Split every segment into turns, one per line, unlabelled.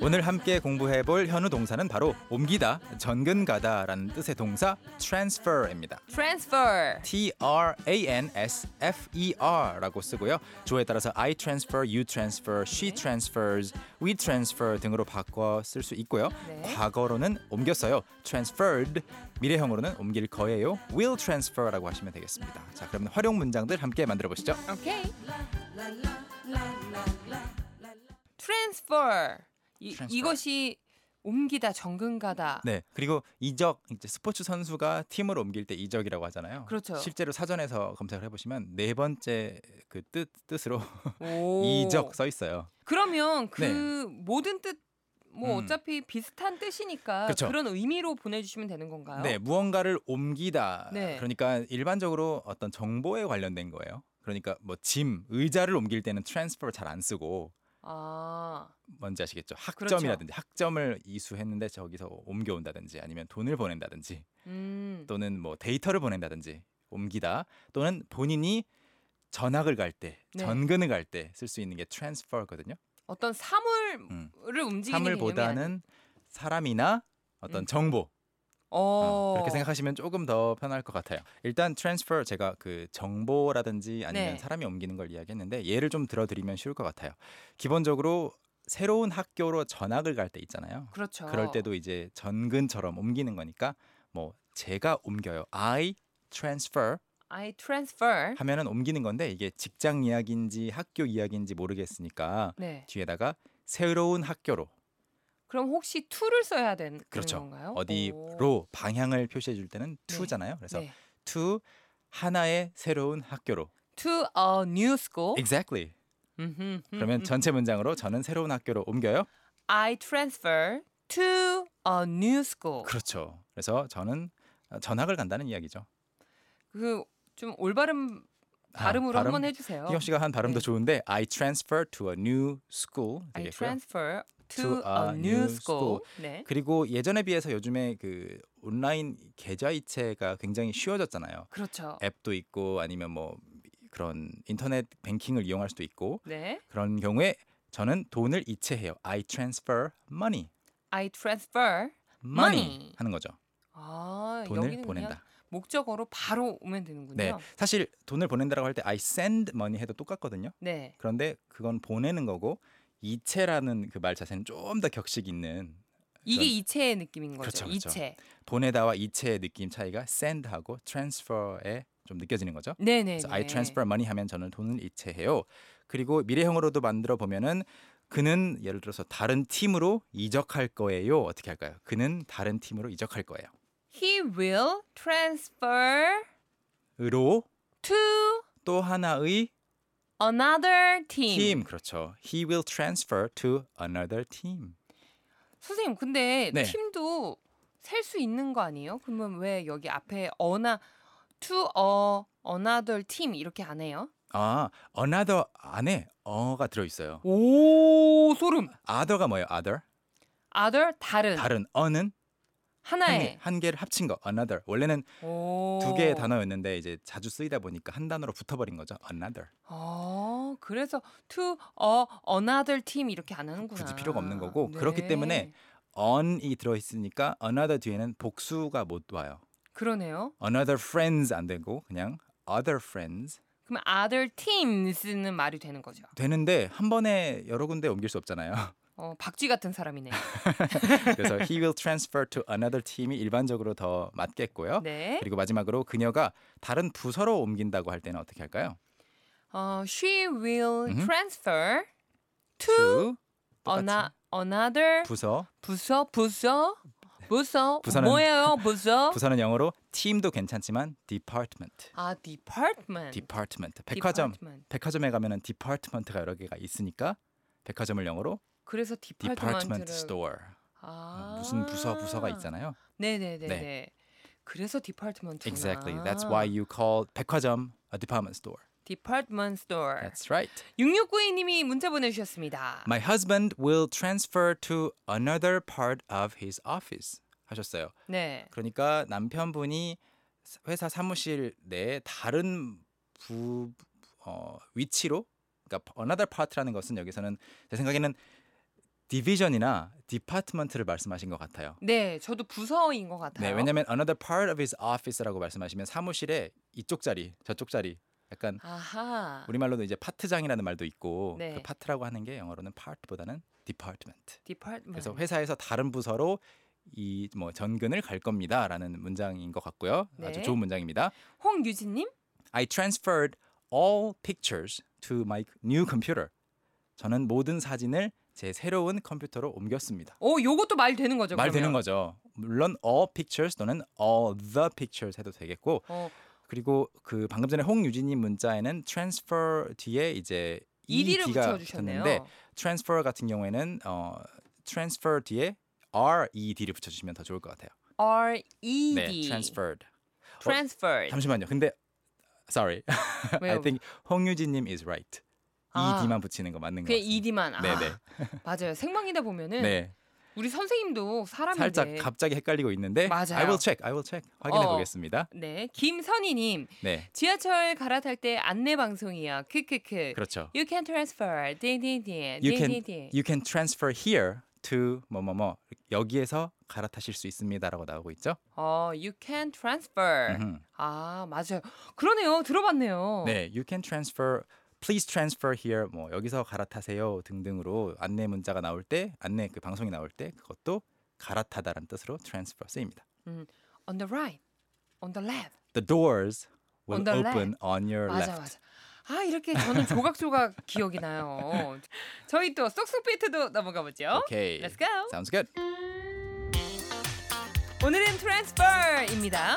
오늘 함께 공부해 볼 현우 동사는 바로 옮기다, 전근 가다라는 뜻의 동사 transfer입니다.
transfer.
T R A N S F E R라고 쓰고요. 조에 따라서 I transfer, you transfer, she
네.
transfers, we transfer 등으로 바꿔 쓸 수 있고요.
네.
과거로는 옮겼어요. transferred. 미래형으로는 옮길 거예요. will transfer라고 하시면 되겠습니다. 자, 그러면 활용 문장들 함께 만들어 보시죠.
오케이. transfer. 이,
Transfer.
이것이 옮기다, 정근가다.
네. 그리고 이적 이제 스포츠 선수가 팀을 옮길 때 이적이라고 하잖아요.
그렇죠.
실제로 사전에서 검색을 해 보시면 네 번째 그 뜻 뜻으로
오.
이적 써 있어요.
그러면 그
네.
모든 뜻. 뭐
음.
어차피 비슷한 뜻이니까
그쵸.
그런 의미로 보내주시면 되는 건가요?
네, 무언가를 옮기다.
네.
그러니까 일반적으로 어떤 정보에 관련된 거예요. 그러니까 뭐 짐 의자를 옮길 때는 transfer 잘 안 쓰고
아
뭔지 아시겠죠?
그렇죠.
학점이라든지 학점을 이수했는데 저기서 옮겨온다든지 아니면 돈을 보낸다든지
음.
또는 뭐 데이터를 보낸다든지 옮기다 또는 본인이 전학을 갈 때,
네.
전근을 갈 때 쓸 수 있는 게 transfer거든요.
어떤 사물을
음.
움직이는 개념이 아니-
사물보다는 사람이나 어떤
음.
정보
어.
어, 그렇게 생각하시면 조금 더 편할 것 같아요. 일단 트랜스퍼 제가 그 정보라든지 아니면
네.
사람이 옮기는 걸 이야기했는데 예를 좀 들어드리면 쉬울 것 같아요. 기본적으로 새로운 학교로 전학을 갈 때 있잖아요.
그렇죠.
그럴 때도 이제 전근처럼 옮기는 거니까 뭐 제가 옮겨요. I transfer
I transfer.
하면은 옮기는 건데 이게 직장 이야기인지 학교 이야기인지 모르겠으니까
네.
뒤에다가 새로운 학교로
그럼 혹시 to를 써야 된,
그렇죠.
되는 건가요? 오.
어디로 방향을 표시해 줄 때는
어. 네.
to잖아요. 그래서
네.
to 하나의 새로운 학교로.
to a new school.
Exactly.
어? 음흠,
그러면
음,
전체 문장으로 저는 새로운 학교로 옮겨요.
I transfer to a new school.
그렇죠. 그래서 저는 전학을 간다는 이야기죠.
그 좀 올바른 발음으로
아, 발음.
한번 해주세요.
희영 씨가 한 발음도
네.
좋은데 I transfer to a new school
I
되겠고요.
transfer to, a new school. 네.
그리고 예전에 비해서 요즘에 그 온라인 계좌이체가 굉장히 쉬워졌잖아요.
그렇죠.
앱도 있고 아니면 뭐 그런 인터넷 뱅킹을 이용할 수도 있고
네.
그런 경우에 저는 돈을 이체해요. I transfer money.
I transfer.
money,
Money.
하는 거죠.
아,
돈을
여기는 그냥
보낸다.
목적어로 바로 오면 되는군요.
네, 사실 돈을 보낸다라고 할 때 I send money 해도 똑같거든요.
네.
그런데 그건 보내는 거고 이체라는 그 말 자체는 좀 더 격식 있는
이게
그런-
이체의 느낌인 거죠.
그렇죠, 그렇죠.
이체.
보내다와 이체의 느낌 차이가 send하고 transfer에 좀 느껴지는 거죠.
네네.
그래서 I transfer money 하면 저는 돈을 이체해요. 그리고 미래형으로도 만들어 보면은 그는 예를 들어서 다른 팀으로 이적할 거예요. 어떻게 할까요? 그는 다른 팀으로 이적할 거예요.
He will transfer
으로
to
또 하나의
another
팀.
team.
그렇죠. He will transfer to another team.
선생님, 근데
네.
팀도 셀 수 있는 거 아니에요? 그러면 왜 여기 앞에 어나 to a another team 이렇게 안 해요?
아, another 안에 어가 들어 있어요.
오 소름.
other가 뭐예요? other?
other 다른,
다른 어는 한, 개,
하나의
한 개를 합친 거 another. 원래는
오.
두 개의 단어였는데 이제 자주 쓰이다 보니까 한 단어로 붙어 버린 거죠. another.
아, 그래서 to a another team 이렇게 안 하는구나. 네.
굳이 필요가 없는 거고 그렇기 때문에 on이 들어 있으니까 another 뒤에는 복수가 못 와요.
그러네요.
another friends 안 되고 그냥 other friends
그럼 other teams는 말이 되는 거죠.
되는데 한 번에 여러 군데 옮길 수 없잖아요.
어, 박쥐 같은 사람이네.
그래서 he will transfer to another team이 일반적으로 더 맞겠고요.
네.
그리고 마지막으로 그녀가 다른 부서로 옮긴다고 할 때는 어떻게 할까요?
어, she will
음흠.
transfer to
to 똑같이
ana, another
부서
부서 부서 부서
부서는-
뭐예요 부서?
부서는 영어로 팀도 괜찮지만 department
아 department.
department 백화점
Department.
백화점에 가면은 department가 여러 개가 있으니까 백화점을 영어로
그래서
department
디파트먼트를
store
아.
무슨 부서 부서가 있잖아요.
네네네네.
네.
그래서 디파트먼트.
Exactly. That's why you call 백화점 a department store.
디파트먼트 스토어.
That's right.
6692님이 문자 보내주셨습니다.
My husband will transfer to another part of his office. 하셨어요.
네.
그러니까 남편분이 회사 사무실 내 다른 부 어, 위치로 그러니까 another part라는 것은 여기서는 제 생각에는 디비전이나 디파트먼트를 말씀하신 것 같아요.
네, 저도 부서인 것 같아요.
네, 왜냐하면 another part of his office라고 말씀하시면 사무실에 이쪽 자리, 저쪽 자리, 약간
아하.
우리말로도 이제 파트장이라는 말도 있고
네.
그 파트라고 하는 게 영어로는 part보다는 department.
디파트먼트.
그래서 회사에서 다른 부서로 이 뭐 전근을 갈 겁니다라는 문장인 것 같고요. 아주
네.
좋은 문장입니다.
홍유진님?
I transferred all pictures to my new computer. 저는 모든 사진을 제 새로운 컴퓨터로 옮겼습니다.
오, 어, 요것도 말 되는 거죠.
말 되는
그러면?
거죠. 물론 all pictures 또는 all the pictures 해도 되겠고
어,
그리고 그 방금 전에 홍유진님 문자에는 transfer 뒤에 이제
ED를
ED가
붙여주셨네요.
붙었는데 transfer 같은 경우에는 어, transfer 뒤에 R E D를 붙여주시면 더 좋을 것 같아요.
R E D.
네, transferred.
Transferred.
잠시만요. 근데 sorry,
왜요?
I think 홍유진님 is right.
아.
ED만 붙이는 거 맞는 거
그냥
같아요.
ED만. 아,
네네.
맞아요. 생방이다 보면은
네,
우리 선생님도 사람인데.
살짝 갑자기 헷갈리고 있는데
맞아요.
I will check, I will check 확인해
어.
보겠습니다.
네, 김선희님
네,
지하철 갈아탈 때 안내 방송이야. 크크크.
그렇죠.
You can transfer. 디디디.
You can-
디디디.
You can transfer here to 뭐뭐뭐 여기에서 갈아타실 수 있습니다라고 나오고 있죠.
어, you can transfer.
음흠.
아, 맞아요. 그러네요. 들어봤네요.
네, you can transfer. Please transfer here. 뭐 여기서 갈아타세요 등등으로 안내 문자가 나올 때 안내 그 방송이 나올 때 그것도 갈아타다라는 뜻으로 transfer 쓰입니다.
On the right. On the left.
The doors will
On the
open on your
맞아
left.
맞아. 아, 이렇게 저는 조각조각 기억이 나요. 저희 또 쏙쏙 비트도 넘어가 보죠.
Okay.
Let's go.
Sounds good.
오늘은 transfer입니다.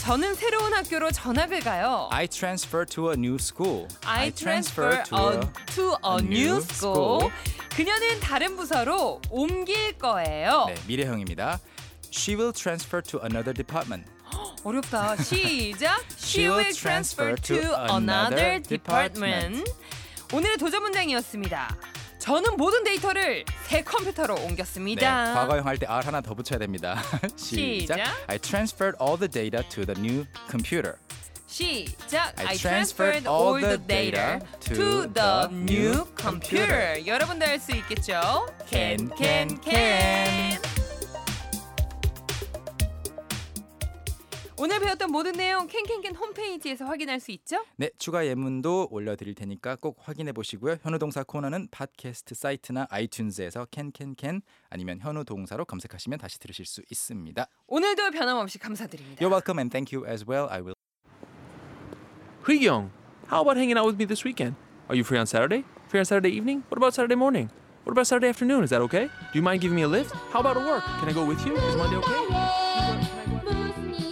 저는 새로운 학교로 전학을 가요.
I transfer to a new school.
I transfer on to a new school. 그녀는 다른 부서로 옮길 거예요.
네, 미래형입니다. She will transfer to another department.
어렵다. 시작. She will transfer to another department. 오늘의 도전 문장이었습니다. 저는 모든 데이터를 새 컴퓨터로
네,
옮겼습니다.
과거형 할 때 R 하나 더 붙여야 됩니다. 시작.
시작.
I transferred all the data to the new computer.
시작.
I
I transferred all the data to the new computer. 여러분도 할 수 있겠죠? Can can can. 오늘 배웠던 모든 내용 캔캔캔 홈페이지에서 확인할 수 있죠?
네, 추가 예문도 올려드릴 테니까 꼭 확인해 보시고요. 현우 동사 코너는 팟캐스트 사이트나 아이튠즈에서 캔캔캔 아니면 현우 동사로 검색하시면 다시 들으실 수 있습니다.
오늘도 변함없이 감사드립니다.
You're welcome and thank you as well. I will.
Young, how about hanging out with me this weekend? Are you free on Saturday? Free on Saturday evening? What about Saturday morning? What about Saturday afternoon? Is that okay? Do you mind giving me a lift? How about at work? Can I go with you? Is Monday okay?